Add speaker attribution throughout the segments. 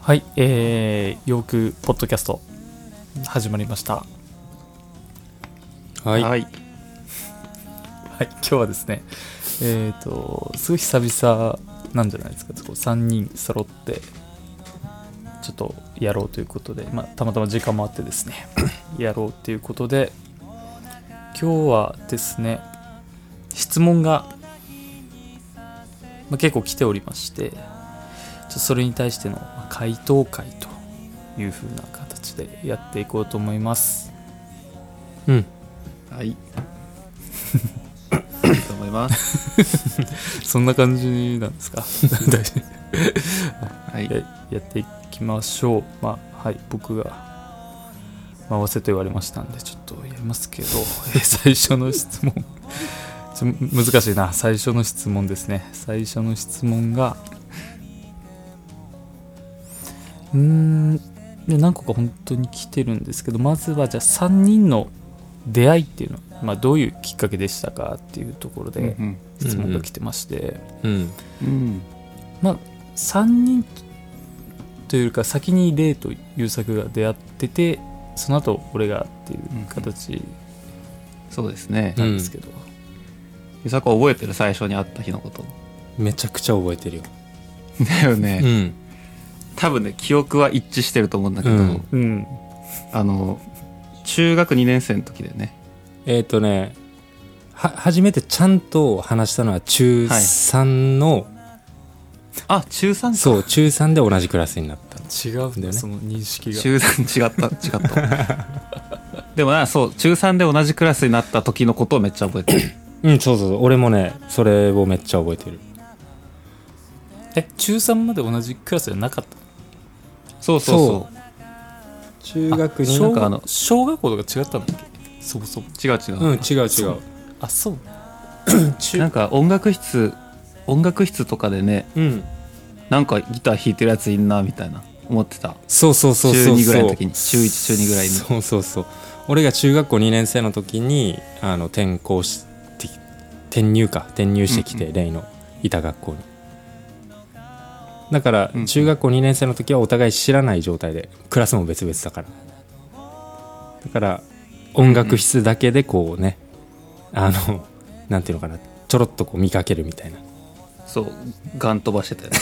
Speaker 1: はい、えー、よくポッドキャスト始まりました。
Speaker 2: は
Speaker 3: は
Speaker 2: い。
Speaker 3: い。
Speaker 1: はい、今日はですね、えっ、と、すごい久々なんじゃないですか、こう3人揃って、ちょっとやろうということで、まあ、たまたま時間もあってですね、 やろうということで、今日はですね、質問が、まあ、結構来ておりまして、ちょっとそれに対してのまあ回答会という風な形でやっていこうと思います。
Speaker 2: うん。
Speaker 3: はい。と思います。
Speaker 1: そんな感じなんですか 大丈夫
Speaker 3: はい。
Speaker 1: ややっていきましょうまあはい僕が回せと言われましたんでちょっとやりますけど え最初の質問ちょ難しいな最初の質問ですね最初の質問がうーんで何個か本当に来てるんですけどまずはじゃあ3人の出会いっていうのは、まあ、どういうきっかけでしたかっていうところで
Speaker 3: うん。
Speaker 1: 質問が来てまして、
Speaker 2: うん。
Speaker 3: うん。
Speaker 1: 3人というか先にレイと優作が出会っててその後俺がっていう形
Speaker 3: そうですね。
Speaker 1: なんですけど、
Speaker 3: ゆさこ覚えてる最初に会った日のこと。
Speaker 2: めちゃくちゃ覚えてるよ。
Speaker 3: だよね。
Speaker 2: ん。
Speaker 3: 多分ね、記憶は一致してると思うんだけど、
Speaker 2: うん
Speaker 1: うん、
Speaker 3: あの、中学2年生の時だよね。
Speaker 2: えっ、とね、は、初めてちゃんと話したのは中
Speaker 3: はい
Speaker 2: 3の、
Speaker 3: あ、中3か。
Speaker 2: そう、中3で同じクラスになった。
Speaker 1: 違うんだよ
Speaker 2: だよね
Speaker 1: ねその認識が
Speaker 3: 中3違った、違った。 でもな、そう、中3で同じクラスになった時のことをめっちゃ覚えてる。
Speaker 2: うん、そうそうそう。俺もね、それをめっちゃ覚えてる。
Speaker 1: え中3まで同じクラスじゃなかった
Speaker 3: そうそうそう。
Speaker 2: 中
Speaker 1: あ
Speaker 2: 学
Speaker 1: 小
Speaker 3: なんかあの
Speaker 1: 小学校とか違ったんだっけそもそも
Speaker 3: 違う違う。
Speaker 2: うん、違う違
Speaker 1: そうう。あそう
Speaker 2: 中
Speaker 3: なんか音楽室、音楽室とかでね、
Speaker 2: うん。
Speaker 3: なんかギター弾いてるやついんな、みたいな、思ってた。
Speaker 2: そうそうそうそうそう。
Speaker 3: 中二ぐらいの時に中一中二ぐらいの
Speaker 2: そうそうそう。俺が中学校2年生の時に、あの、転校して、転入か、転入してきて、
Speaker 3: うん
Speaker 2: レイのいた学校に。だから
Speaker 3: うんう、ん
Speaker 2: 中学校2年生の時はお互い知らない状態で、クラスも別々だから。だから、音楽室だけでこうね、あの、なんていうのかな、ちょろっとこう見かけるみたいな。
Speaker 3: そうガン飛ばしてたよね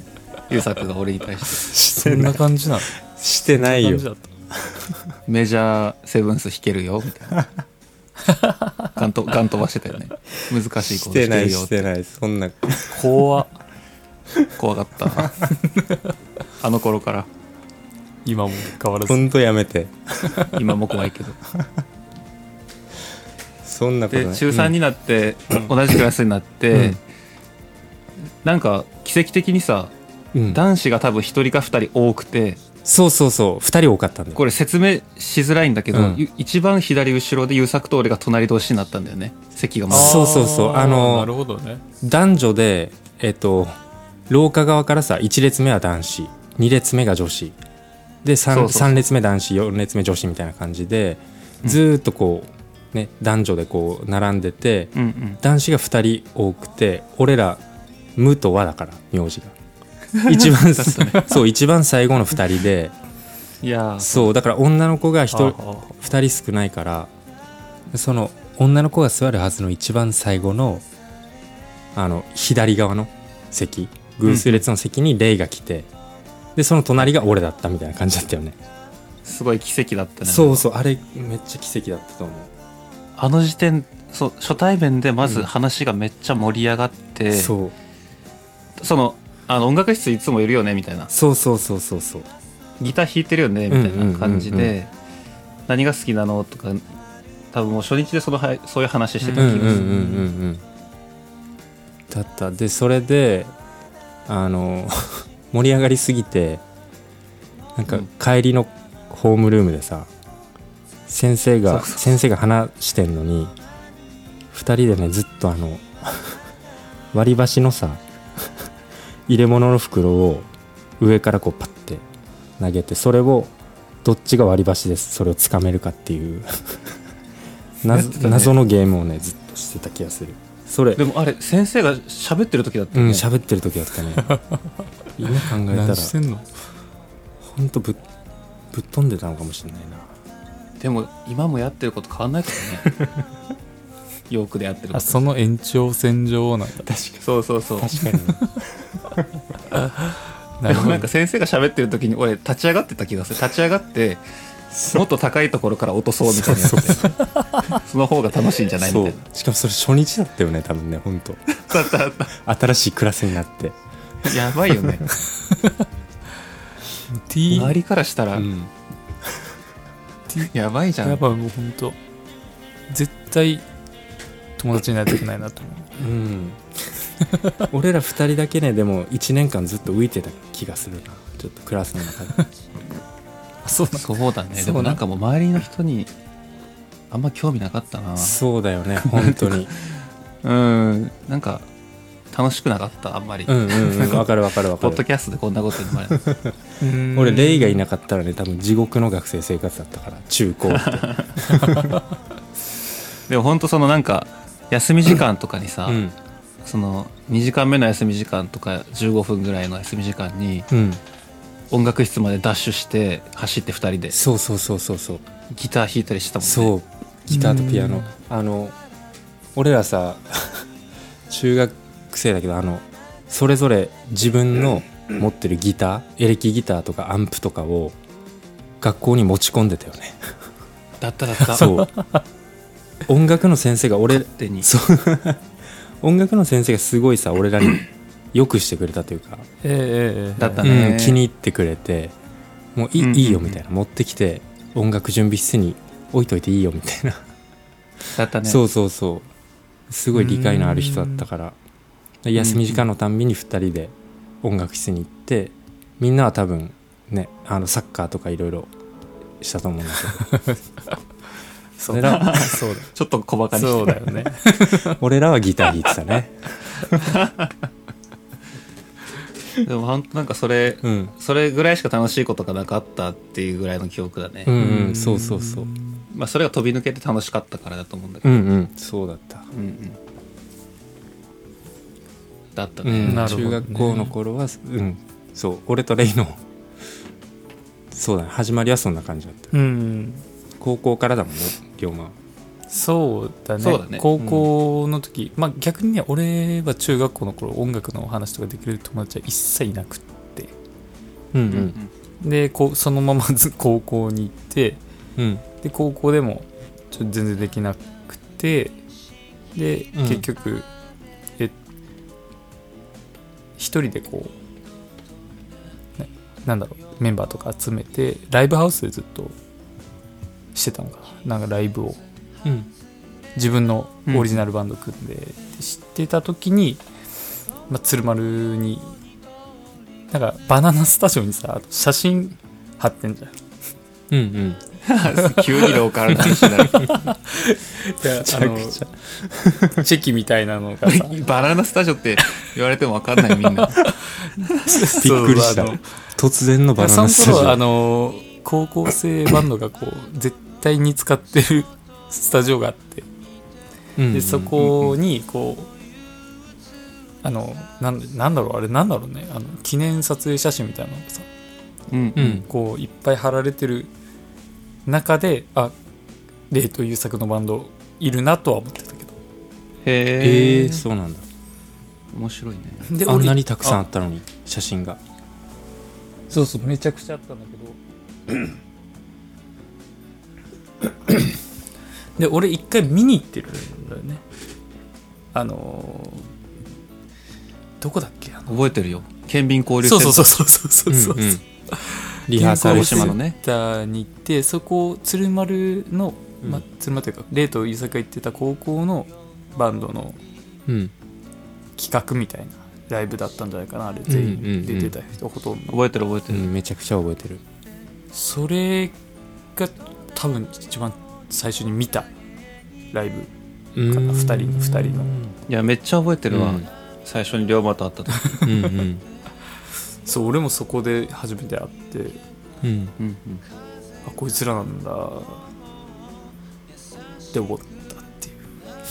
Speaker 3: 優作が俺に対し
Speaker 1: そ
Speaker 3: て
Speaker 1: んな感じなの
Speaker 2: してないよ
Speaker 1: 感じ。だった
Speaker 3: メジャーセブンス弾けるよみたいなガンとガン飛ばしてたよね難しいこ
Speaker 2: し
Speaker 3: と
Speaker 2: て
Speaker 3: 弾け
Speaker 2: ない、
Speaker 3: るよ
Speaker 2: し
Speaker 3: って
Speaker 2: てない。そんな、
Speaker 1: 怖っ
Speaker 3: 怖かったあの頃から
Speaker 1: 今も変わら
Speaker 2: ほ
Speaker 1: ず
Speaker 2: んとやめて。
Speaker 3: 今も怖いけ ど
Speaker 2: そんなことな
Speaker 3: で
Speaker 2: い。
Speaker 3: 中3になって、同じクラスになって、
Speaker 2: うん
Speaker 3: なんか奇跡的にさ
Speaker 2: うん、うん
Speaker 3: 男子が多分一人か二人多くて
Speaker 2: そうそうそう2人多かったんだよ
Speaker 3: これ説明しづらいんだけど、
Speaker 2: うん
Speaker 3: ゆ一番左後ろで優作と俺が隣同士になったんだよね席がまだ
Speaker 2: そうそうそうあの
Speaker 1: ーなるほどね
Speaker 2: 男女でえっ、と廊下側からさ1列目は男子2列目が女子で 3,
Speaker 3: そうそうそう
Speaker 2: 列目男子4列目女子みたいな感じで
Speaker 3: うん
Speaker 2: ずーっとこう、ね、男女でこう並んでて
Speaker 3: うんうん
Speaker 2: 男子が2人多くて俺ら「無」と「和」だから名字 が一番そう一番最後の2人で
Speaker 3: いやー
Speaker 2: そうだから女の子が
Speaker 1: は
Speaker 2: 1
Speaker 1: あは
Speaker 2: 2人少ないからその女の子が座るはずの一番最後のあの左側の席偶数列の席にレイが来て、でその隣が俺だったみたいな感じだったよね
Speaker 3: すごい奇跡だったね
Speaker 2: そうそうあれめっちゃ奇跡だったと思
Speaker 3: あの時点そう初対面でまず話がめっちゃ盛り上がって、
Speaker 2: う、
Speaker 3: そ
Speaker 2: そう
Speaker 3: のあの音楽室いつもいるよねみたいな
Speaker 2: そうそうそうそうそう
Speaker 3: ギター弾いてるよねみたいな感じで、
Speaker 2: うんうんうん
Speaker 3: 何が好きなのとか多分もう初日でそのはそういう話してた気
Speaker 2: うんうん
Speaker 3: が
Speaker 2: う
Speaker 3: す
Speaker 2: ん
Speaker 3: る、
Speaker 2: うんうんだったでそれであの盛り上がりすぎてなんか
Speaker 3: うん
Speaker 2: 帰りのホームルームでさ先生が
Speaker 3: そうそう
Speaker 2: 先生が話してんのに2人でねずっとあの 割り箸のさ入れ物の袋を上からこうパッて投げてそれをどっちが割り箸ですそれをつかめるかっていう
Speaker 3: やってた
Speaker 2: 謎
Speaker 3: ね
Speaker 2: 謎のゲームをねずっとしてた気がするそれ
Speaker 3: でもあれ先生が喋ってる時だった
Speaker 2: う
Speaker 3: よ
Speaker 2: ん
Speaker 3: ね、
Speaker 2: 喋ってる時だったね今考えた
Speaker 1: 何
Speaker 2: ら
Speaker 1: してんの
Speaker 2: 本当ぶっぶっ飛んでたのかもしれないな
Speaker 3: でも今もやってること変わんないからねよくでやってること
Speaker 1: あその延長線上なんだ
Speaker 3: そうそうそう
Speaker 2: 確かに
Speaker 1: な
Speaker 3: で
Speaker 1: るほ
Speaker 3: も
Speaker 1: ど
Speaker 3: なんか先生が喋ってる時に俺立ち上がってた気がする立ち上がってもっと高いところから落とそうみたいなやつでその方が楽しいんじゃないみ
Speaker 2: そ
Speaker 3: た
Speaker 2: う
Speaker 3: いな
Speaker 2: しかもそれ初日だったよね多分ね本当
Speaker 3: あったあった
Speaker 2: 新しいクラスになって
Speaker 3: やばいよね
Speaker 1: T
Speaker 3: 周りからしたら
Speaker 2: うん
Speaker 3: やばいじゃ
Speaker 1: やっ
Speaker 3: ん
Speaker 1: ぱもう本当絶対友達になりたくないなと思う
Speaker 2: うん俺ら2人だけねでも1年間ずっと浮いてた気がするなちょっとクラスの中で
Speaker 1: あそうなんだ
Speaker 3: そうだね
Speaker 1: そう
Speaker 3: でもなんかもう周りの人にあんま興味なかったな
Speaker 2: そうだよね 本当に
Speaker 3: うんなんか楽しくなかったあんまり、
Speaker 2: うんうんうんわかるわかるわ
Speaker 3: ポ
Speaker 2: か
Speaker 3: ッド
Speaker 2: る
Speaker 3: キャストでこんなこと言うのもあれ
Speaker 2: 俺レイがい
Speaker 1: な
Speaker 2: なかったらね多分地獄の学生生活だったから中高って
Speaker 3: でもほんとそのなんか休み時間とかにさ、
Speaker 2: うん
Speaker 3: その2時間目の休み時間とか15分ぐらいの休み時間に
Speaker 2: うん
Speaker 3: 音楽室までダッシュして走って2人で
Speaker 2: そうそうそうそうそう
Speaker 3: ギター弾いたりしてたもんね
Speaker 2: そうギターとピア
Speaker 1: う
Speaker 2: ノ
Speaker 1: ん
Speaker 2: あの俺らさ 中学生だけどあのそれぞれ自分の持ってるギターエレキギターとかアンプとかを学校に持ち込んでたよね
Speaker 3: だっただった
Speaker 2: そう音楽の先生が俺
Speaker 3: 手に
Speaker 2: そう 音楽の先生がすごいさ俺らによくしてくれたというか
Speaker 1: ええええええ
Speaker 3: だったね
Speaker 2: うん、気に入ってくれてもうい,、
Speaker 3: うんうんうん
Speaker 2: いいよみたいな持ってきて音楽準備室に置いといていいよみたいな、
Speaker 3: だったね
Speaker 2: そうそうそうすごい理解のある人だったからで休み時間のたんびに2人で音楽室に行ってみんなは多分ねあのサッカーとかいろいろしたと思うんだけ
Speaker 1: そう
Speaker 2: 俺ら
Speaker 1: そう
Speaker 3: ちょっと小バカ
Speaker 1: だ
Speaker 3: にして
Speaker 1: そうだよね
Speaker 2: ど俺らはギター弾いてたね
Speaker 3: でもほんとなんかそれ
Speaker 2: うん
Speaker 3: それぐらいしか楽しいことがなかったっていうぐらいの記憶だね、
Speaker 2: うんうんそうそうそう
Speaker 3: まあそれが飛び抜けて楽しかったからだと思うんだけ
Speaker 2: う
Speaker 3: ど、
Speaker 2: んうんそうだった、
Speaker 3: うんうんだった
Speaker 2: う
Speaker 3: ね、
Speaker 2: ん、
Speaker 1: なるほどね
Speaker 2: 中学校の頃はうんそう俺とレイのそうだね始まりはそんな感じだった
Speaker 1: うん
Speaker 2: 高校からだもんね龍馬は
Speaker 1: そうだね
Speaker 3: そうだね
Speaker 1: 高校の時、まあ逆にね俺は中学校の頃音楽のお話とかできる友達は一切いなくって
Speaker 2: うんう
Speaker 3: うん
Speaker 2: ん
Speaker 1: でこうそのままず高校に行って
Speaker 2: うん
Speaker 1: で高校でもちょっと全然できなくてで、
Speaker 2: うん
Speaker 1: 結局え一人でこうななんだろうメンバーとか集めてライブハウスでずっとしてたのかななんかライブを
Speaker 2: うん
Speaker 1: 自分のオリジナルバンド組んでしてた時に、まあ、鶴丸になんかバナナスタジオにさ写真貼ってんじゃん
Speaker 2: う んうん
Speaker 3: 急にローカルな話になる
Speaker 1: めちゃくちゃ チェキみたいなのがさ
Speaker 3: バナナスタジオって言われても分かんない みんな
Speaker 2: びっくりした
Speaker 1: そうあの
Speaker 2: 突然のバナナス
Speaker 1: そ
Speaker 2: タ
Speaker 1: の
Speaker 2: ジ
Speaker 1: 頃あ
Speaker 2: オ
Speaker 1: の高校生バンドがこう絶対に使ってるスタジオがあって
Speaker 2: うんうん
Speaker 1: でそこにこうあのなんなんだろうあれなんだろうねあの記念撮影写真みたいなのがさ
Speaker 3: うん
Speaker 2: う
Speaker 3: うんん
Speaker 1: こういっぱい貼られてる中であレイという作のバンドいるなとは思ってたけど
Speaker 3: へ
Speaker 2: え
Speaker 3: え
Speaker 2: ー、そうなんだ
Speaker 3: 面白いね
Speaker 1: で
Speaker 2: あんなにたくさんあ
Speaker 1: ん
Speaker 2: ったのに写真が
Speaker 1: そうそうめちゃくちゃあったんだけどで俺一回見に行ってるんだよねあのーどこだっけあの
Speaker 3: 覚えてるよ県民交流セ
Speaker 1: そ
Speaker 3: ン
Speaker 1: う
Speaker 3: タ
Speaker 1: そう
Speaker 3: ー
Speaker 1: そうそう そうそうそう、
Speaker 2: うんうんリハーサル
Speaker 3: 広
Speaker 2: して
Speaker 3: 島のね
Speaker 1: センターに行ってそこ鶴丸の、ま
Speaker 2: う
Speaker 1: あ
Speaker 2: ん、
Speaker 1: 鶴丸というかレイと伊坂行ってた高校のバンドの
Speaker 2: うん
Speaker 1: 企画みたいなライブだったんじゃないかなあれ全
Speaker 2: うんうんうん
Speaker 1: 員出てた人ほとんど、
Speaker 3: 覚えてる覚えて
Speaker 2: う
Speaker 3: る、
Speaker 2: んめちゃくちゃ覚えてる
Speaker 1: それが多分一番最初に見たライブ
Speaker 2: 二
Speaker 1: ん二人二人の
Speaker 3: いやめっちゃ覚えてるわ、
Speaker 2: うん
Speaker 3: 最初に龍馬と会った時、
Speaker 2: うんうん
Speaker 1: そう俺もそこで初めて会って
Speaker 2: うん
Speaker 3: うん
Speaker 1: あこいつらなんだって思ったっていう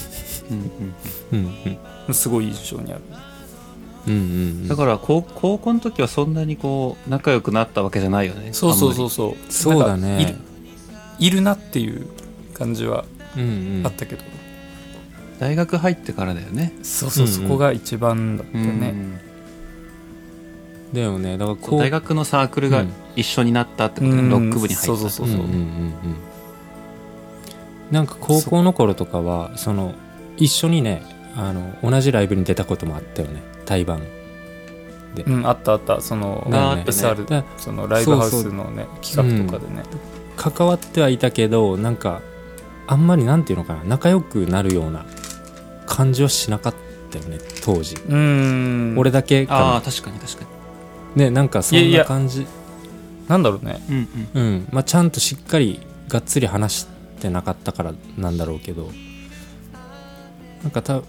Speaker 3: うんうん
Speaker 2: うんうん
Speaker 1: すごい印象にある
Speaker 2: うんうん
Speaker 3: だから高高校の時はそんなにこう仲良くなったわけじゃないよね
Speaker 1: そうそう
Speaker 3: あん
Speaker 1: そ
Speaker 3: ま
Speaker 1: うそう
Speaker 2: そうだ
Speaker 1: なんかい
Speaker 2: ね
Speaker 1: るいるなっていう感じは
Speaker 2: うんうん
Speaker 1: あったけど、
Speaker 3: り大学入ってからだよね
Speaker 1: そうそう、
Speaker 2: うんうん
Speaker 1: そこが一番だったね、
Speaker 3: ね
Speaker 2: だよねだからこう
Speaker 3: 大学のサークルが一緒になったってことで、
Speaker 1: うん
Speaker 3: ロック部に入った
Speaker 1: そうそうそう
Speaker 2: うんうんうんうんなんか高校の頃とかはその一緒にねあの同じライブに出たこともあったよね対バン
Speaker 1: うんあったあったその、
Speaker 2: だよね
Speaker 1: SR
Speaker 2: だ
Speaker 1: そのライブハウ
Speaker 2: そう
Speaker 1: ス
Speaker 2: そう
Speaker 1: のね企画とかでね、
Speaker 2: 関わってはいたけどなんかあんまりなんていうのかな仲良くなるような感じはしなかったよね当時、
Speaker 1: うーん
Speaker 2: 俺だけか
Speaker 3: ああ
Speaker 2: な
Speaker 3: 確かに確か
Speaker 2: ねなんかそ
Speaker 1: い
Speaker 2: ん
Speaker 1: やいや
Speaker 2: な感じ
Speaker 1: なんだろうね
Speaker 3: にうんうん
Speaker 2: うんまあ、ちゃんとしっかりがっつり話してなかったからなんだろうけどなんかた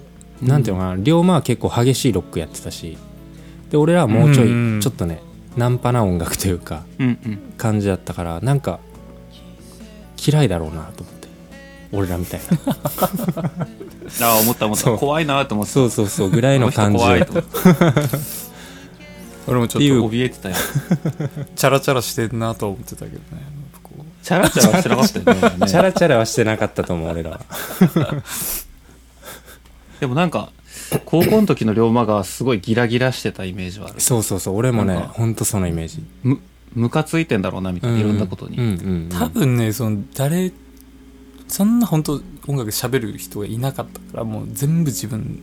Speaker 2: なんていうのかな、龍馬は結構激しいロックやってたしで俺らはもうちょ
Speaker 1: うんうん
Speaker 2: いちょっとね、ナンパな音楽というか
Speaker 3: うんうん
Speaker 2: 感じだったからなんか嫌いだろうなと思って俺らみたいな
Speaker 3: ああ思った思っ
Speaker 2: そ
Speaker 3: た
Speaker 2: う
Speaker 3: 怖いなと思って
Speaker 2: そうそうそうぐらいの感じ
Speaker 3: この人怖
Speaker 2: で
Speaker 3: いと思っ
Speaker 1: 俺もちょ
Speaker 2: ってい
Speaker 1: っ
Speaker 2: う
Speaker 1: と
Speaker 3: 怯えてたよ
Speaker 1: チャラチャラしてんなと思ってたけどねこう
Speaker 3: チャラチャラしてなかったよね
Speaker 2: チャラチャラはしてなかったと思う俺らは
Speaker 3: でもなんか高校の時の龍馬がすごいギラギラしてたイメージはある
Speaker 2: そうそうそう俺もね
Speaker 3: なんか
Speaker 2: ほんとそのイメージ
Speaker 3: むムカついてんだろうなみたいな、
Speaker 2: う
Speaker 3: いろんなことに、
Speaker 2: うんうんうん
Speaker 1: 多分ねその誰そんな本当音楽喋る人がいなかったからもう全部自分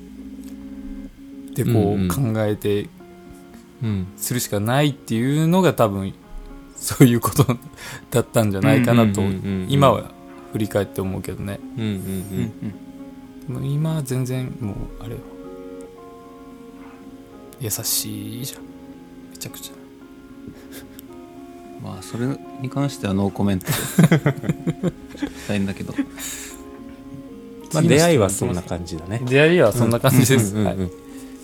Speaker 1: でこ
Speaker 2: うんう
Speaker 1: うん考えて
Speaker 2: うん
Speaker 1: するしかないっていうのが多分そういうことだったんじゃないかなと
Speaker 2: うんうんうんうん
Speaker 1: 今は振り返って思うけどね
Speaker 2: うんうん
Speaker 3: う
Speaker 2: うんん
Speaker 1: もう今は全然もうあれよ優しいじゃんめちゃくちゃ
Speaker 3: うんまあそれに関してはノーコ メントでしたいんだけど
Speaker 2: まあ、出会いはそんな感じだね。
Speaker 1: 出会いはそんな感じです、
Speaker 2: うんうん
Speaker 1: は
Speaker 2: う
Speaker 1: い
Speaker 2: んう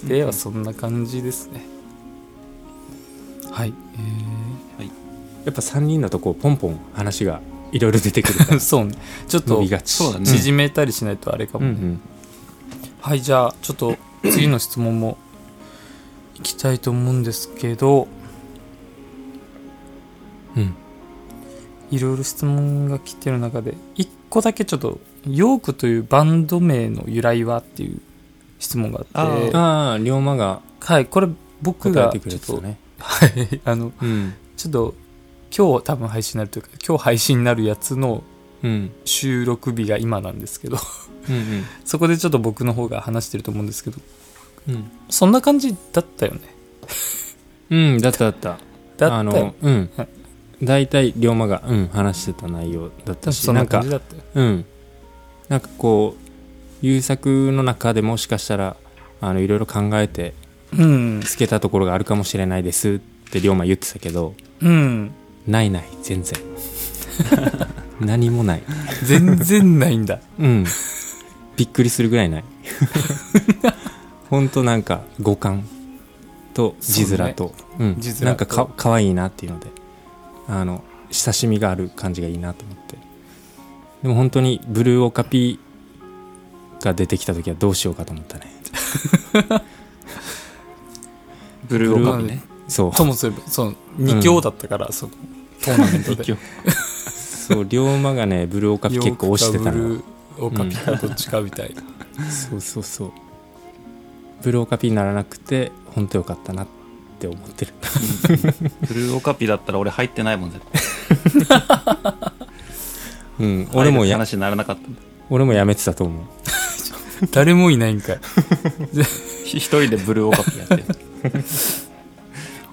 Speaker 2: ん
Speaker 1: ではそんな感じですねはい、
Speaker 2: やっぱ3人だとこうポンポン話がいろいろ出てくるか
Speaker 1: えー
Speaker 2: ら
Speaker 1: そうねちょっ
Speaker 2: 伸
Speaker 1: と
Speaker 2: びがち。
Speaker 3: そうだね
Speaker 1: 縮めたりしないとあれか
Speaker 2: う
Speaker 1: も
Speaker 2: ん
Speaker 1: ね、
Speaker 2: うん
Speaker 1: はいじゃあちょっと次の質問もいきたいと思うんですけど
Speaker 2: うん
Speaker 1: いろいろ質問が来てる中で1個だけちょっとヨークというバンド名の由来はっていう質問があって
Speaker 2: ああ龍馬が
Speaker 1: はいこれ僕
Speaker 2: 答え
Speaker 1: がち
Speaker 2: て
Speaker 1: ょ
Speaker 2: くれ
Speaker 1: って
Speaker 2: た
Speaker 1: と、
Speaker 2: ね。
Speaker 1: はいあの
Speaker 2: うん
Speaker 1: ちょっと今日多分配信になるというか今日配信になるやつの
Speaker 2: うん
Speaker 1: 収録日が今なんですけど
Speaker 2: うん
Speaker 1: そこでちょっと僕の方が話してると思うんですけど
Speaker 2: うん
Speaker 1: そんな感じだったよね
Speaker 2: うんうんだっただった。
Speaker 1: だ
Speaker 2: あ
Speaker 1: ったよ
Speaker 2: のうん
Speaker 1: はい
Speaker 2: 大体龍馬がうん話してた内容だ
Speaker 1: 多
Speaker 2: った
Speaker 1: 分
Speaker 2: し
Speaker 1: そん
Speaker 2: な
Speaker 1: なん
Speaker 2: か
Speaker 1: 感じだったよ
Speaker 2: うんなんかこう優作の中でもしかしたらあのいろいろ考えて
Speaker 1: うん
Speaker 2: つけたところがあるかもしれないですって龍馬言ってたけど。
Speaker 1: うん
Speaker 2: ないない全然何もない
Speaker 1: 全然ないんだ
Speaker 2: うんびっくりするぐら いないほんとなんか五感と字面とう,、ん
Speaker 1: 字面と
Speaker 2: なんかかかわいいなっていうのであの親しみがある感じがいいなと思ってでも本当にブルーオカピが出てきた時はどうしようかと思ったね
Speaker 3: ブルーオカピね
Speaker 2: そう
Speaker 1: ともすればその2強だったから、そこトーナメント で
Speaker 2: そう龍馬がねブルーオカピ結構押してたの
Speaker 1: ヨークかブルーオカピかどっちかみたいな、
Speaker 2: そうそうそうブルーオカピにならなくて本当よかったなって思ってる
Speaker 3: ブルーオカピだったら俺入ってないもん絶対
Speaker 2: うん 俺もや
Speaker 3: 話にならなかったんだ
Speaker 2: 俺もやめてたと思う
Speaker 1: 誰もいないんかい
Speaker 3: 一人でブルーオカピやって る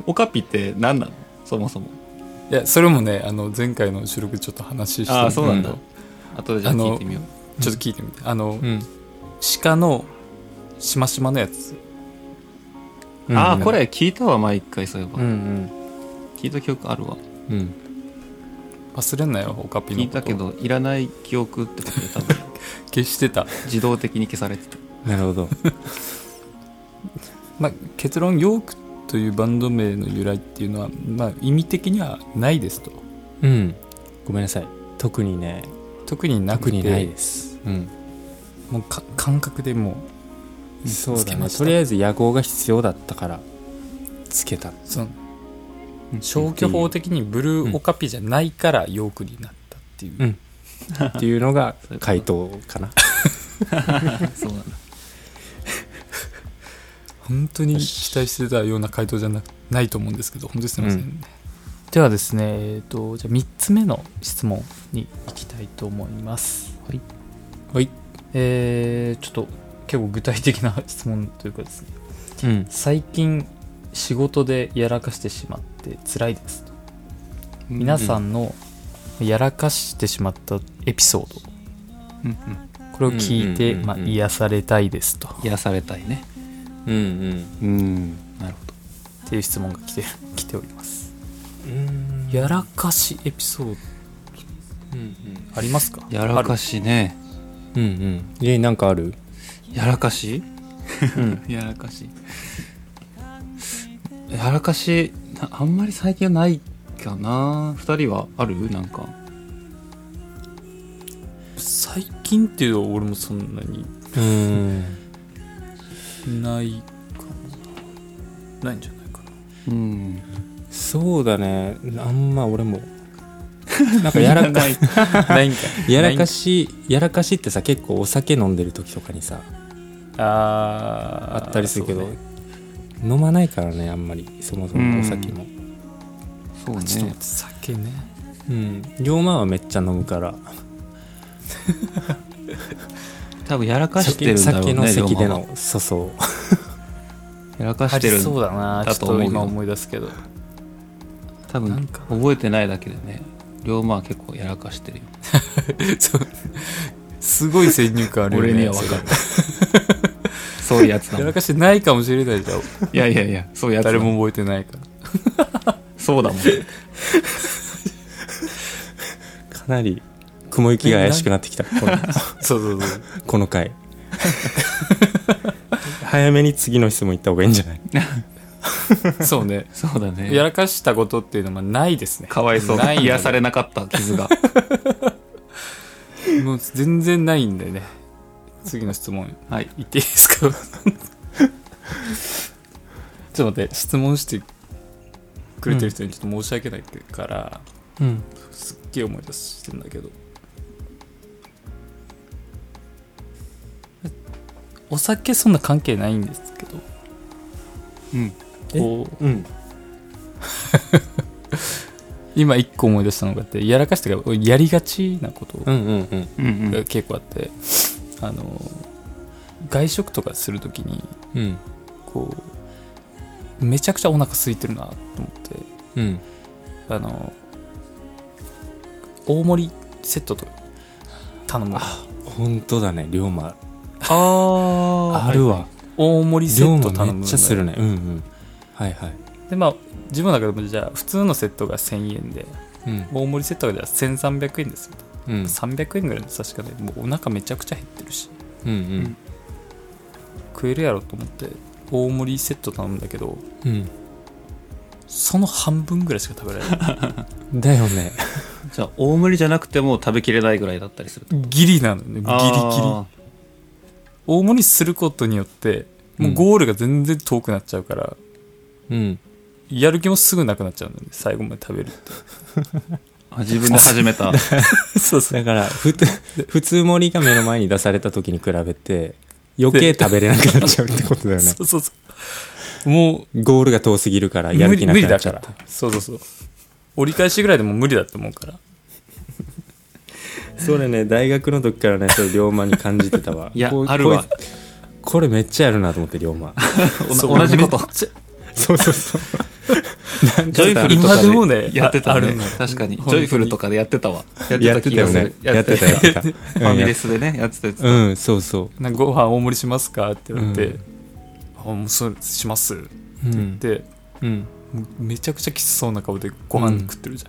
Speaker 3: オカピって何なのそもそも
Speaker 1: いやそれもねあの前回の収録ちょっと話して
Speaker 3: ああそうなんだ、
Speaker 2: うん
Speaker 3: 後でじゃあ聞いてみよう
Speaker 1: ちょっと聞いてみてあの、
Speaker 2: うん、
Speaker 1: 鹿のしましまのやつ
Speaker 3: ああ
Speaker 2: うん
Speaker 3: これ聞いたわ前一回そういえば、
Speaker 2: うんうん
Speaker 3: 聞いた記憶あるわ
Speaker 2: うん
Speaker 1: 忘れんなよオカピのこと
Speaker 3: 聞いたけどいらない記憶ってことで多 分
Speaker 1: 消してた、
Speaker 3: 自動的に消されてた
Speaker 2: なるほ ど
Speaker 1: まあ、結論ヨークというバンド名の由来っていうのは、まあ、意味的にはないですと
Speaker 2: うんごめんなさい特にね
Speaker 1: 特になく
Speaker 2: 特
Speaker 1: て
Speaker 2: にないですうん
Speaker 1: もうか感覚でもう
Speaker 2: そう
Speaker 1: つ
Speaker 2: だ
Speaker 1: け
Speaker 2: ね
Speaker 1: まし
Speaker 2: と
Speaker 1: た
Speaker 2: りあえず野号が必要だったからつけた
Speaker 1: その消去法的にブルーオカピじゃないからヨークになったっていう、
Speaker 2: うんっていうのが
Speaker 3: そういうこと
Speaker 2: 回答かな
Speaker 3: そうなんだ。
Speaker 1: 本当に期待してたような回答じゃなないと思うんですけど本当にすみませんね、ではですねえっ、とじゃあ3つ目の質問に行きたいと思います
Speaker 3: はい
Speaker 1: はいえー、ちょっと結構具体的な質問というかですね
Speaker 2: うん
Speaker 1: 最近仕事でやらかしてしまって辛いですと皆さんのやらかしてしまったエピソード
Speaker 3: うんうん
Speaker 1: これを聞いて
Speaker 2: うんうんうんうん
Speaker 1: まあ癒されたいですと
Speaker 3: 癒されたいね。
Speaker 2: うん
Speaker 3: うん。なるほど。
Speaker 1: っていう質問が来てる来ております
Speaker 2: うん
Speaker 1: やらかしエピソード
Speaker 2: うん
Speaker 1: ありますか
Speaker 3: やらか
Speaker 1: し
Speaker 3: しね。
Speaker 2: うんうんえなんかある
Speaker 3: やらかし
Speaker 2: うん
Speaker 3: やらかし。やらかし、なあんまり最近はないかな。二人はあるなんか。
Speaker 1: 最近っていうのは俺もそんなに
Speaker 2: うん
Speaker 1: ないかなないんじゃないかな
Speaker 3: うん。
Speaker 2: そうだねあんま 俺もなんかやらか
Speaker 3: い。
Speaker 1: ないんかい
Speaker 2: やらか
Speaker 1: し
Speaker 2: しやらかしってさ結構お酒飲んでる時とかにさ
Speaker 1: あ
Speaker 2: あ
Speaker 1: ー
Speaker 2: ったりするけど、
Speaker 1: そうね
Speaker 2: 飲まないからねあんまりそもそもお酒も
Speaker 3: そう
Speaker 1: ちょっと待っ。
Speaker 3: ね
Speaker 1: て酒ね
Speaker 2: うん龍馬はめっちゃ飲むから
Speaker 3: 多分やらかしてる
Speaker 2: 酒
Speaker 3: んだろうね。
Speaker 2: 酒の席
Speaker 3: 龍
Speaker 2: で
Speaker 3: 馬は
Speaker 2: のそうそ
Speaker 3: やらか
Speaker 1: あ
Speaker 3: して
Speaker 1: り
Speaker 3: る。
Speaker 1: そうだな
Speaker 3: だ
Speaker 1: ち
Speaker 3: と
Speaker 1: ょっ
Speaker 3: 思う
Speaker 1: と今
Speaker 3: よ
Speaker 1: 思い出すけど
Speaker 3: 多
Speaker 1: なん
Speaker 3: 分
Speaker 1: か
Speaker 3: 覚えてないだけでね。龍馬は結構やらかしてるよ。
Speaker 1: そうすごい先入観あるよね
Speaker 3: 俺には分かる。 そういうやつ
Speaker 1: そ
Speaker 3: だ
Speaker 1: れや
Speaker 3: もん。
Speaker 1: ら
Speaker 3: い
Speaker 1: かしてないかもしれないじゃん
Speaker 3: やいやいや、そういうやつだ
Speaker 1: 誰
Speaker 3: もん。
Speaker 1: も覚えてないから
Speaker 3: そうだもん。
Speaker 2: うかなり雲行きが怪しくなってきたこの
Speaker 1: そうそうそう
Speaker 2: この回早めに次の質問行った方がいいんじゃない
Speaker 1: そうね。
Speaker 3: そうだね。
Speaker 1: やらかしたことっていうのはないですね。
Speaker 3: かわいそう。
Speaker 1: ない
Speaker 3: 癒されなかった傷 が。
Speaker 1: もう全然ないんでね。次の質問、
Speaker 3: はい。
Speaker 1: 言っていいですか ちょっと待って、質問してくれてる人にちょっと申し訳ないから、
Speaker 2: うん
Speaker 1: すっげえ思い出してんだけど。お酒そんな関係ないんですけど、
Speaker 3: うん。
Speaker 2: え
Speaker 1: こう、
Speaker 2: うん
Speaker 1: 今一個思い出したのがあって、やらかしたからやりがちなこと
Speaker 2: うんうんうん
Speaker 3: うんう
Speaker 1: が
Speaker 3: ん。
Speaker 1: 結構あって、あの外食とかするときに
Speaker 2: うん
Speaker 1: こうめちゃくちゃお腹空いてるなと思って
Speaker 2: うん
Speaker 1: あの大盛りセットとか頼むあ
Speaker 2: 本当だね龍馬
Speaker 1: あ
Speaker 2: あるわ
Speaker 1: 大盛りセ
Speaker 2: 龍
Speaker 1: ット
Speaker 2: 馬
Speaker 1: 頼む
Speaker 2: め
Speaker 1: んだ
Speaker 2: っ
Speaker 1: よ
Speaker 2: ちゃするねうんうんはいはい
Speaker 1: でまあ自分の中でもじゃあ普通のセットが1000円で
Speaker 2: うん
Speaker 1: 大盛りセットがじゃあ1300円ですよ
Speaker 2: うん
Speaker 1: 300円ぐらいの差しかないもうお腹めちゃくちゃ減ってるし
Speaker 2: うん
Speaker 1: 食えるやろと思って大盛りセット頼むんだけど
Speaker 2: うん
Speaker 1: その半分ぐらいしか食べられない
Speaker 2: うんだよね
Speaker 3: じゃあ、大盛りじゃなくても食べきれないぐらいだったりすると。
Speaker 1: ギリなのねギリギリ
Speaker 3: あ
Speaker 1: 大盛りすることによってもううんゴールが全然遠くなっちゃうから、
Speaker 2: うん
Speaker 1: やる気もすぐなくなっちゃうんだよね最後まで食べる と
Speaker 3: ーあ自分で始め た。
Speaker 1: そうそ
Speaker 2: だから普通 普通盛りが目の前に出された時に比べて余計食べれなくなっちゃうってことだよね
Speaker 1: そうそうそうも
Speaker 2: ゴールが遠すぎるから
Speaker 1: う
Speaker 2: や
Speaker 1: 無
Speaker 2: る気
Speaker 1: 理
Speaker 2: な
Speaker 1: 無
Speaker 2: く
Speaker 1: 理
Speaker 2: な
Speaker 1: だ
Speaker 2: っちゃ
Speaker 1: か
Speaker 2: っ
Speaker 1: ら
Speaker 2: た
Speaker 1: そうそうそう折り返しぐらいでも無理だと思うから
Speaker 2: それね大学の時からねそれ龍馬に感じて たわ
Speaker 3: いや
Speaker 2: こう
Speaker 3: あるわ
Speaker 2: こいこれめっちゃやるなと思って龍馬
Speaker 3: おな
Speaker 1: そう
Speaker 3: 同じこと
Speaker 1: めっちゃ
Speaker 2: そうそうそう
Speaker 3: ジョイフルとか
Speaker 1: 今でもね
Speaker 3: でやってた
Speaker 1: ああ
Speaker 3: ね
Speaker 1: るの。
Speaker 3: 確かに。ジ
Speaker 1: 本当に
Speaker 3: ョイフルとかでやってたわ。
Speaker 2: やってたよね
Speaker 3: や
Speaker 2: や
Speaker 3: っ
Speaker 2: ってて
Speaker 3: た
Speaker 2: た
Speaker 3: 気
Speaker 2: や
Speaker 3: がする。
Speaker 2: ってたフ
Speaker 3: ファミレスでね、やってたやつ。
Speaker 2: うんそうそ
Speaker 1: なんかご飯大盛りしますかって言われて、
Speaker 2: うん
Speaker 1: あもうそうしますって
Speaker 2: うう
Speaker 1: 言っ
Speaker 2: ん
Speaker 1: て、
Speaker 2: うん
Speaker 1: もうめちゃくちゃきつそうな顔でご飯食ってるじ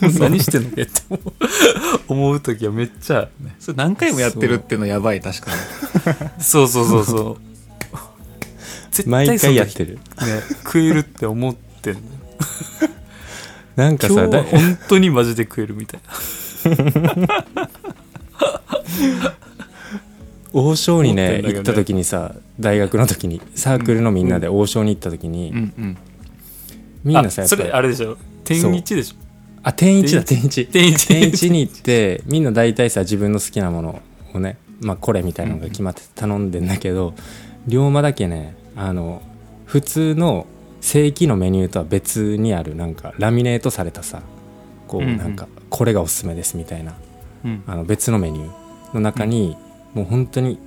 Speaker 1: ゃん、
Speaker 2: うん
Speaker 1: 何してんのかって思う思う時はめっちゃ、ね、
Speaker 3: それ何回もやってるっていうのやばい、確かに。
Speaker 1: そうそうそうそう絶
Speaker 2: 毎
Speaker 1: 対そ
Speaker 2: 回
Speaker 1: の
Speaker 2: やっ
Speaker 1: 時
Speaker 2: てる
Speaker 1: ね食えるって思ってんの
Speaker 2: なんか
Speaker 1: 今
Speaker 2: さ
Speaker 1: 日は
Speaker 2: だ
Speaker 1: 本当にマジで食えるみたいな
Speaker 2: 王将に
Speaker 1: 思って
Speaker 2: ね
Speaker 1: んだけど
Speaker 2: 行
Speaker 1: ね
Speaker 2: った時にさ大学の時にサークルのみんなで王将に行った時に、
Speaker 3: うんうん。
Speaker 2: みんな
Speaker 1: あ
Speaker 2: さやっ
Speaker 1: そ
Speaker 2: ぱり
Speaker 1: れあれでしょ天一でしょ
Speaker 2: あ天一だ天一
Speaker 1: 天一
Speaker 2: 天一に行ってみんな大体さ自分の好きなものをね、まあ、これみたいなのが決まって頼んでんだけど、龍馬だけねあの普通の正規のメニューとは別にあるなんかラミネートされたさこう
Speaker 3: うんうん
Speaker 2: なんかこれがおすすめですみたいな
Speaker 3: うん
Speaker 2: あの別のメニューの中に、もう本当に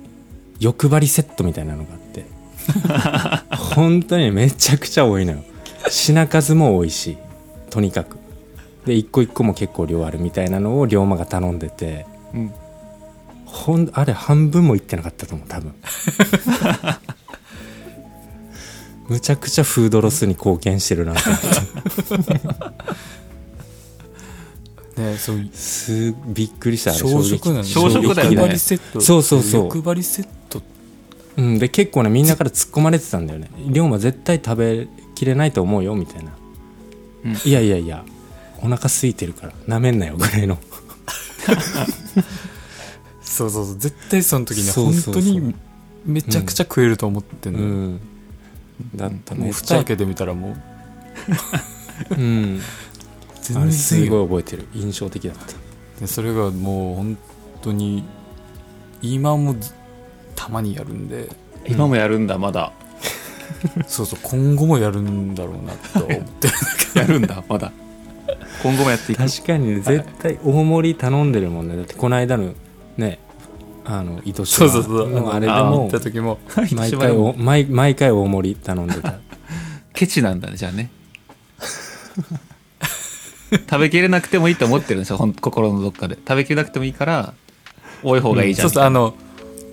Speaker 2: 欲張りセットみたいなのがあって 本当にめちゃくちゃ多いのよ品数も多いしとにかくで一個一個も結構量あるみたいなのを龍馬が頼んでて
Speaker 3: うん。
Speaker 2: ほんあれ半分もいってなかったと思う多分むちゃくちゃフードロスに貢献してるなと思って
Speaker 1: ねそう
Speaker 2: すびっくりしたあれ
Speaker 1: 朝食なの
Speaker 3: 衝撃的だよね
Speaker 1: 欲張りセット
Speaker 2: そうそうそう
Speaker 1: 欲張りセット
Speaker 2: うん、で結構ねみんなから突っ込まれてたんだよね「龍馬絶対食べきれないと思うよ」みたいな「
Speaker 3: うん
Speaker 2: いやいやいやお腹空いてるからなめんなよ」ぐらいの
Speaker 1: そうそうそう絶対その時に
Speaker 2: そうそうそう
Speaker 1: 本当にめちゃくちゃ食えると思ってん
Speaker 2: う
Speaker 1: のよ、
Speaker 2: んだった
Speaker 1: も
Speaker 2: め
Speaker 1: う
Speaker 2: っ
Speaker 1: 蓋
Speaker 2: ちゃ
Speaker 1: 開けてみたらもう
Speaker 2: うんあ
Speaker 1: 全
Speaker 2: れ
Speaker 1: 然
Speaker 2: す
Speaker 1: よ
Speaker 2: ごい覚えてる印象的だった
Speaker 1: でそれがもう本当に今もずたまにやるん で
Speaker 3: 今もやるんだ、まだ。
Speaker 1: そうそう今後もやるんだろうなと思って
Speaker 3: やるんだ、まだ。今後もやっていく。
Speaker 2: 確かにね絶対大盛り頼んでるもんねだってこの間のねあの糸
Speaker 1: そ
Speaker 2: 島
Speaker 1: うそうそう
Speaker 2: のあれで
Speaker 3: あ
Speaker 1: 行
Speaker 2: も
Speaker 1: った時も
Speaker 2: 毎回お毎毎回大盛り頼んでた
Speaker 3: ケチなんだね、じゃあね。食べきれなくてもいいと思ってるんですよ、ほん心のどっかで。食べきれなくてもいいから、多い方がいいじゃん。
Speaker 1: そうそうあの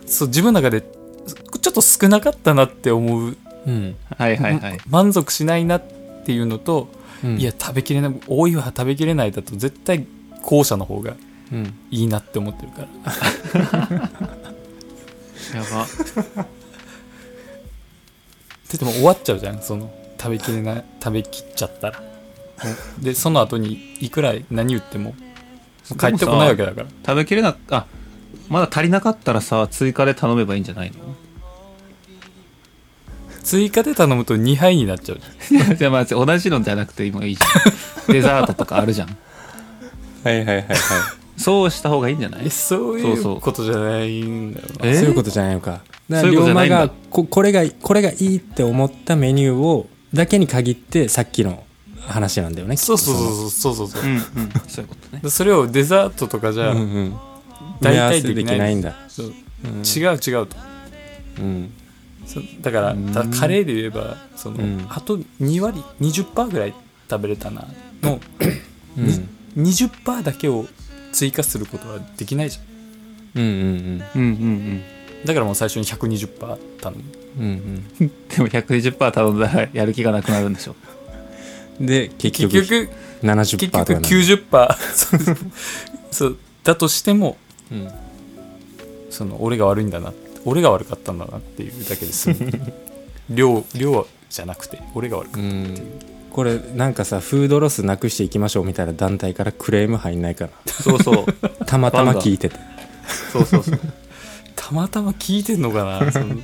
Speaker 1: そう自分の中でちょっと少なかったなって思う、
Speaker 2: うん、
Speaker 3: はいはいはい。
Speaker 1: 満足しないなっていうのと、
Speaker 2: うん、
Speaker 1: いや食べきれない多いわ食べきれないだと絶対後者の方が
Speaker 2: うん
Speaker 1: いいなって思ってるから
Speaker 3: やば。
Speaker 1: ででも終わっちゃうじゃんその食べきれない食べきっちゃったらもうでその後にいくら何言ってももう帰ってこないわけだから
Speaker 3: 食べきれなあまだ足りなかったらさ追加で頼めばいいんじゃないの
Speaker 1: 追加で頼むと2杯になっちゃうじゃん
Speaker 3: いやまあ同じのじゃなくて今いいじゃんデザートとかあるじゃん
Speaker 2: はいはいはいはい
Speaker 3: そうした方がいいんじゃ ない
Speaker 1: えそう
Speaker 3: そう
Speaker 1: い
Speaker 3: そう
Speaker 1: うことじゃないんだよな
Speaker 3: え
Speaker 2: そういうことじゃないのか。だか
Speaker 3: そうい
Speaker 2: ら
Speaker 3: うこと
Speaker 2: 龍
Speaker 3: じゃな
Speaker 2: 馬
Speaker 3: いんだ
Speaker 2: がここれがこれがいいって思ったメニューをだけに限ってさっきの話なんだよね。
Speaker 1: そうそう
Speaker 2: う。
Speaker 1: そうそうそうそう
Speaker 3: うんうんそういうことね
Speaker 1: でそれをデザートとかじゃ、
Speaker 2: うんうん。
Speaker 1: 大体
Speaker 2: 大体で
Speaker 1: で
Speaker 2: き
Speaker 1: きない
Speaker 2: ないんだ。
Speaker 1: そう
Speaker 2: うん
Speaker 1: 違う違うと
Speaker 2: うん。
Speaker 1: そうだから
Speaker 3: うん
Speaker 1: ただカレーで言えばその、
Speaker 2: うん
Speaker 1: あと2割20%ぐらい食べれたなの
Speaker 2: うん
Speaker 1: 20%だけを追加することはできないじゃん
Speaker 2: うんうん
Speaker 3: うんうんうん
Speaker 1: だからもう最初に120%頼む
Speaker 2: うんうん
Speaker 3: でも120%頼んだらやる気がなくなるんでしょ
Speaker 2: うん。で結
Speaker 1: 結
Speaker 2: 局
Speaker 1: 局
Speaker 2: 70%
Speaker 1: 結
Speaker 2: とか
Speaker 1: 局
Speaker 2: なんだ
Speaker 1: 90%そう そうだとしても
Speaker 2: うん
Speaker 1: その俺が悪いんだな俺が悪かったんだなっていうだけですむ 量量じゃなくて俺が悪か
Speaker 2: う
Speaker 1: っ
Speaker 2: ん。これなんかさフードロスなくしていきましょうみたいな団体からクレーム入んないか
Speaker 3: そうそう
Speaker 2: らたまたま聞いてて
Speaker 3: そうそうそう
Speaker 1: たたまたま聞いてんのか なその
Speaker 3: い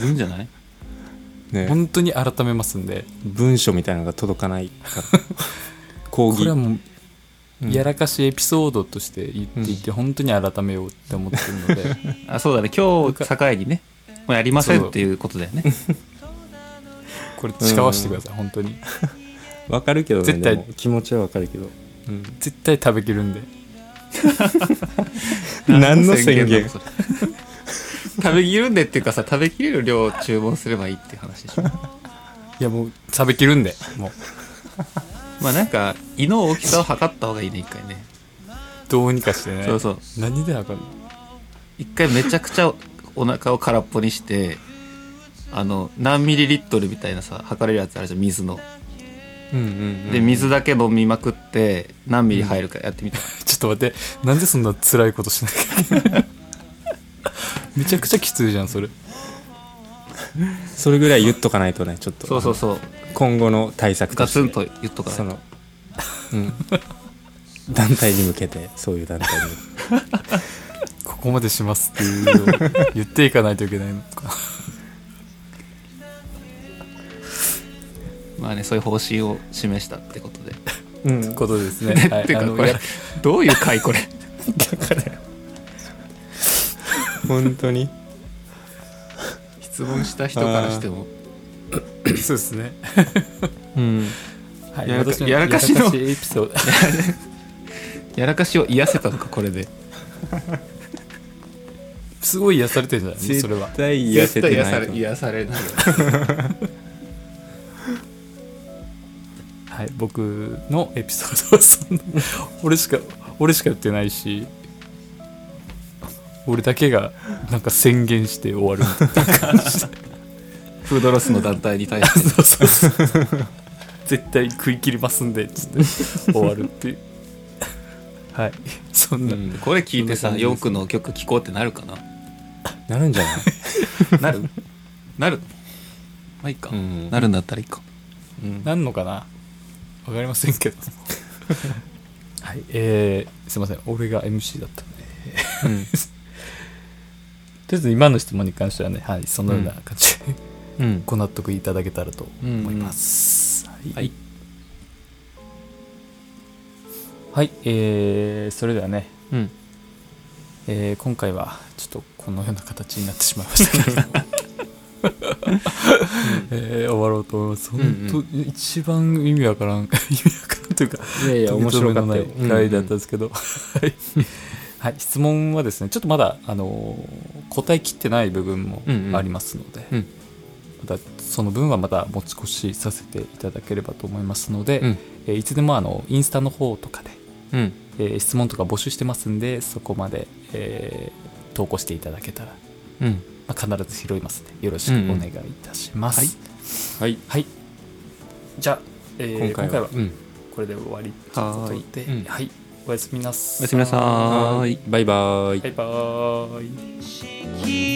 Speaker 3: るんじゃない
Speaker 2: ね
Speaker 1: 本当に改めますんで
Speaker 2: 文書みたいなのが届かないから
Speaker 1: こ
Speaker 2: 抗議
Speaker 1: れはもう
Speaker 2: うん
Speaker 1: やらかしエピソードとして言っていて、本当に改めようって思ってるので
Speaker 3: あそうだね今日境にねもうやりませんっていうことだよね
Speaker 1: これ誓わせてください、本当に
Speaker 2: わかるけどね
Speaker 1: 絶対
Speaker 2: でも気持ちはわかるけど、うん、
Speaker 1: 絶対食べきるんで
Speaker 2: 何の宣
Speaker 3: な
Speaker 2: 言
Speaker 3: のそれ食べきるんでっていうかさ食べきれる量を注文すればいいっていう話でしょ
Speaker 1: いやもう食べきるんでもう
Speaker 3: まあなんか胃の大きさを測った方がいいね一回ね
Speaker 1: どうにかしてね
Speaker 3: そうそう
Speaker 1: 何で測るの
Speaker 3: 一回めちゃくちゃお腹を空っぽにしてあの何ミリリットルみたいなさ測れるやつあるじゃん水の
Speaker 2: うんうん
Speaker 3: で水だけ飲みまくって何ミリ入るかやってみた、
Speaker 1: ちょっと待って、なんでそんな辛いことしなきゃいけない めちゃくちゃきついじゃん、それ。
Speaker 2: それぐらい言っとかないとねちょっと
Speaker 3: そうそうそう
Speaker 2: 今後の対策と
Speaker 3: ガ
Speaker 2: して
Speaker 3: ツンと言っとか
Speaker 2: そ
Speaker 3: ない
Speaker 2: の、 うん、団体に向けてそういう団体に
Speaker 1: こここまでしますっていうのを言っていかないといけない のか
Speaker 3: まあねそういう方針を示したってことで。
Speaker 2: うん
Speaker 1: ことですね
Speaker 3: っていう
Speaker 1: あ
Speaker 3: か
Speaker 1: の
Speaker 3: これ
Speaker 1: や
Speaker 3: どういう回これ
Speaker 2: 本当に
Speaker 3: 質問した人からしても
Speaker 1: そうですね。
Speaker 2: うん
Speaker 1: はい、
Speaker 3: やらか
Speaker 1: 私の
Speaker 3: やらかしの
Speaker 1: やらエピソード。
Speaker 3: やらかしを癒せたのかこれです
Speaker 1: ごい癒されてるんじゃないそれは。
Speaker 2: 対痩せて
Speaker 3: 絶対
Speaker 2: ないと
Speaker 3: 癒され癒されないよ
Speaker 1: はい、僕のエピソードはそんな俺しか俺しか言ってないし俺だけがなんか宣言して終わるみたいな感じで
Speaker 3: フードロスの団体に対 して
Speaker 1: そうそうそう 絶対食い切りますんでっつって終わるっていうはいそんな、
Speaker 2: うん
Speaker 3: これ聞いてさ
Speaker 1: そんな感じです
Speaker 3: ヨークの曲聴こうってなるかな
Speaker 2: なるんじゃない
Speaker 3: なるなるまあいいか、
Speaker 2: うん
Speaker 3: なるんだったらいいか
Speaker 2: うん
Speaker 1: なんのかなわかりませんけどはいえー、すいません俺が MC だったんでとりあえず今の質問に関してはねはいそのような感じで、
Speaker 2: うん
Speaker 1: ご納得いただけたらと思います、
Speaker 3: は
Speaker 1: はいい、はいえーそれではね、
Speaker 2: うん
Speaker 1: えー今回はちょっとこのような形になってしまいましたけれども、えー終わろうと思います
Speaker 2: ん
Speaker 1: 本
Speaker 2: うん
Speaker 1: 当、一番意味わからん意味わからんというか
Speaker 2: いやいや面白かったよ
Speaker 1: とげつめのない回だったんですけど、はいはい、質問はですねちょっとまだ、あのー答えきってない部分も
Speaker 2: うんうん
Speaker 1: ありますので、
Speaker 2: うん
Speaker 1: またその分はまた持ち越しさせていただければと思いますので、
Speaker 2: うん
Speaker 1: えーいつでもあのインスタの方とかで、
Speaker 2: うん
Speaker 1: えー質問とか募集してますんでそこまで、えー投稿していただけたら、
Speaker 2: うん
Speaker 1: まあ、必ず拾いますのでよろしくお願いいたします、
Speaker 3: うん
Speaker 2: はい
Speaker 1: はい、じゃあ、えー今回は
Speaker 2: うん
Speaker 1: これで終わりということで、
Speaker 2: はいうん
Speaker 1: はい、おやすみなさ
Speaker 3: おやすみなさーい
Speaker 2: バイバイ
Speaker 1: バイバーイ
Speaker 4: 「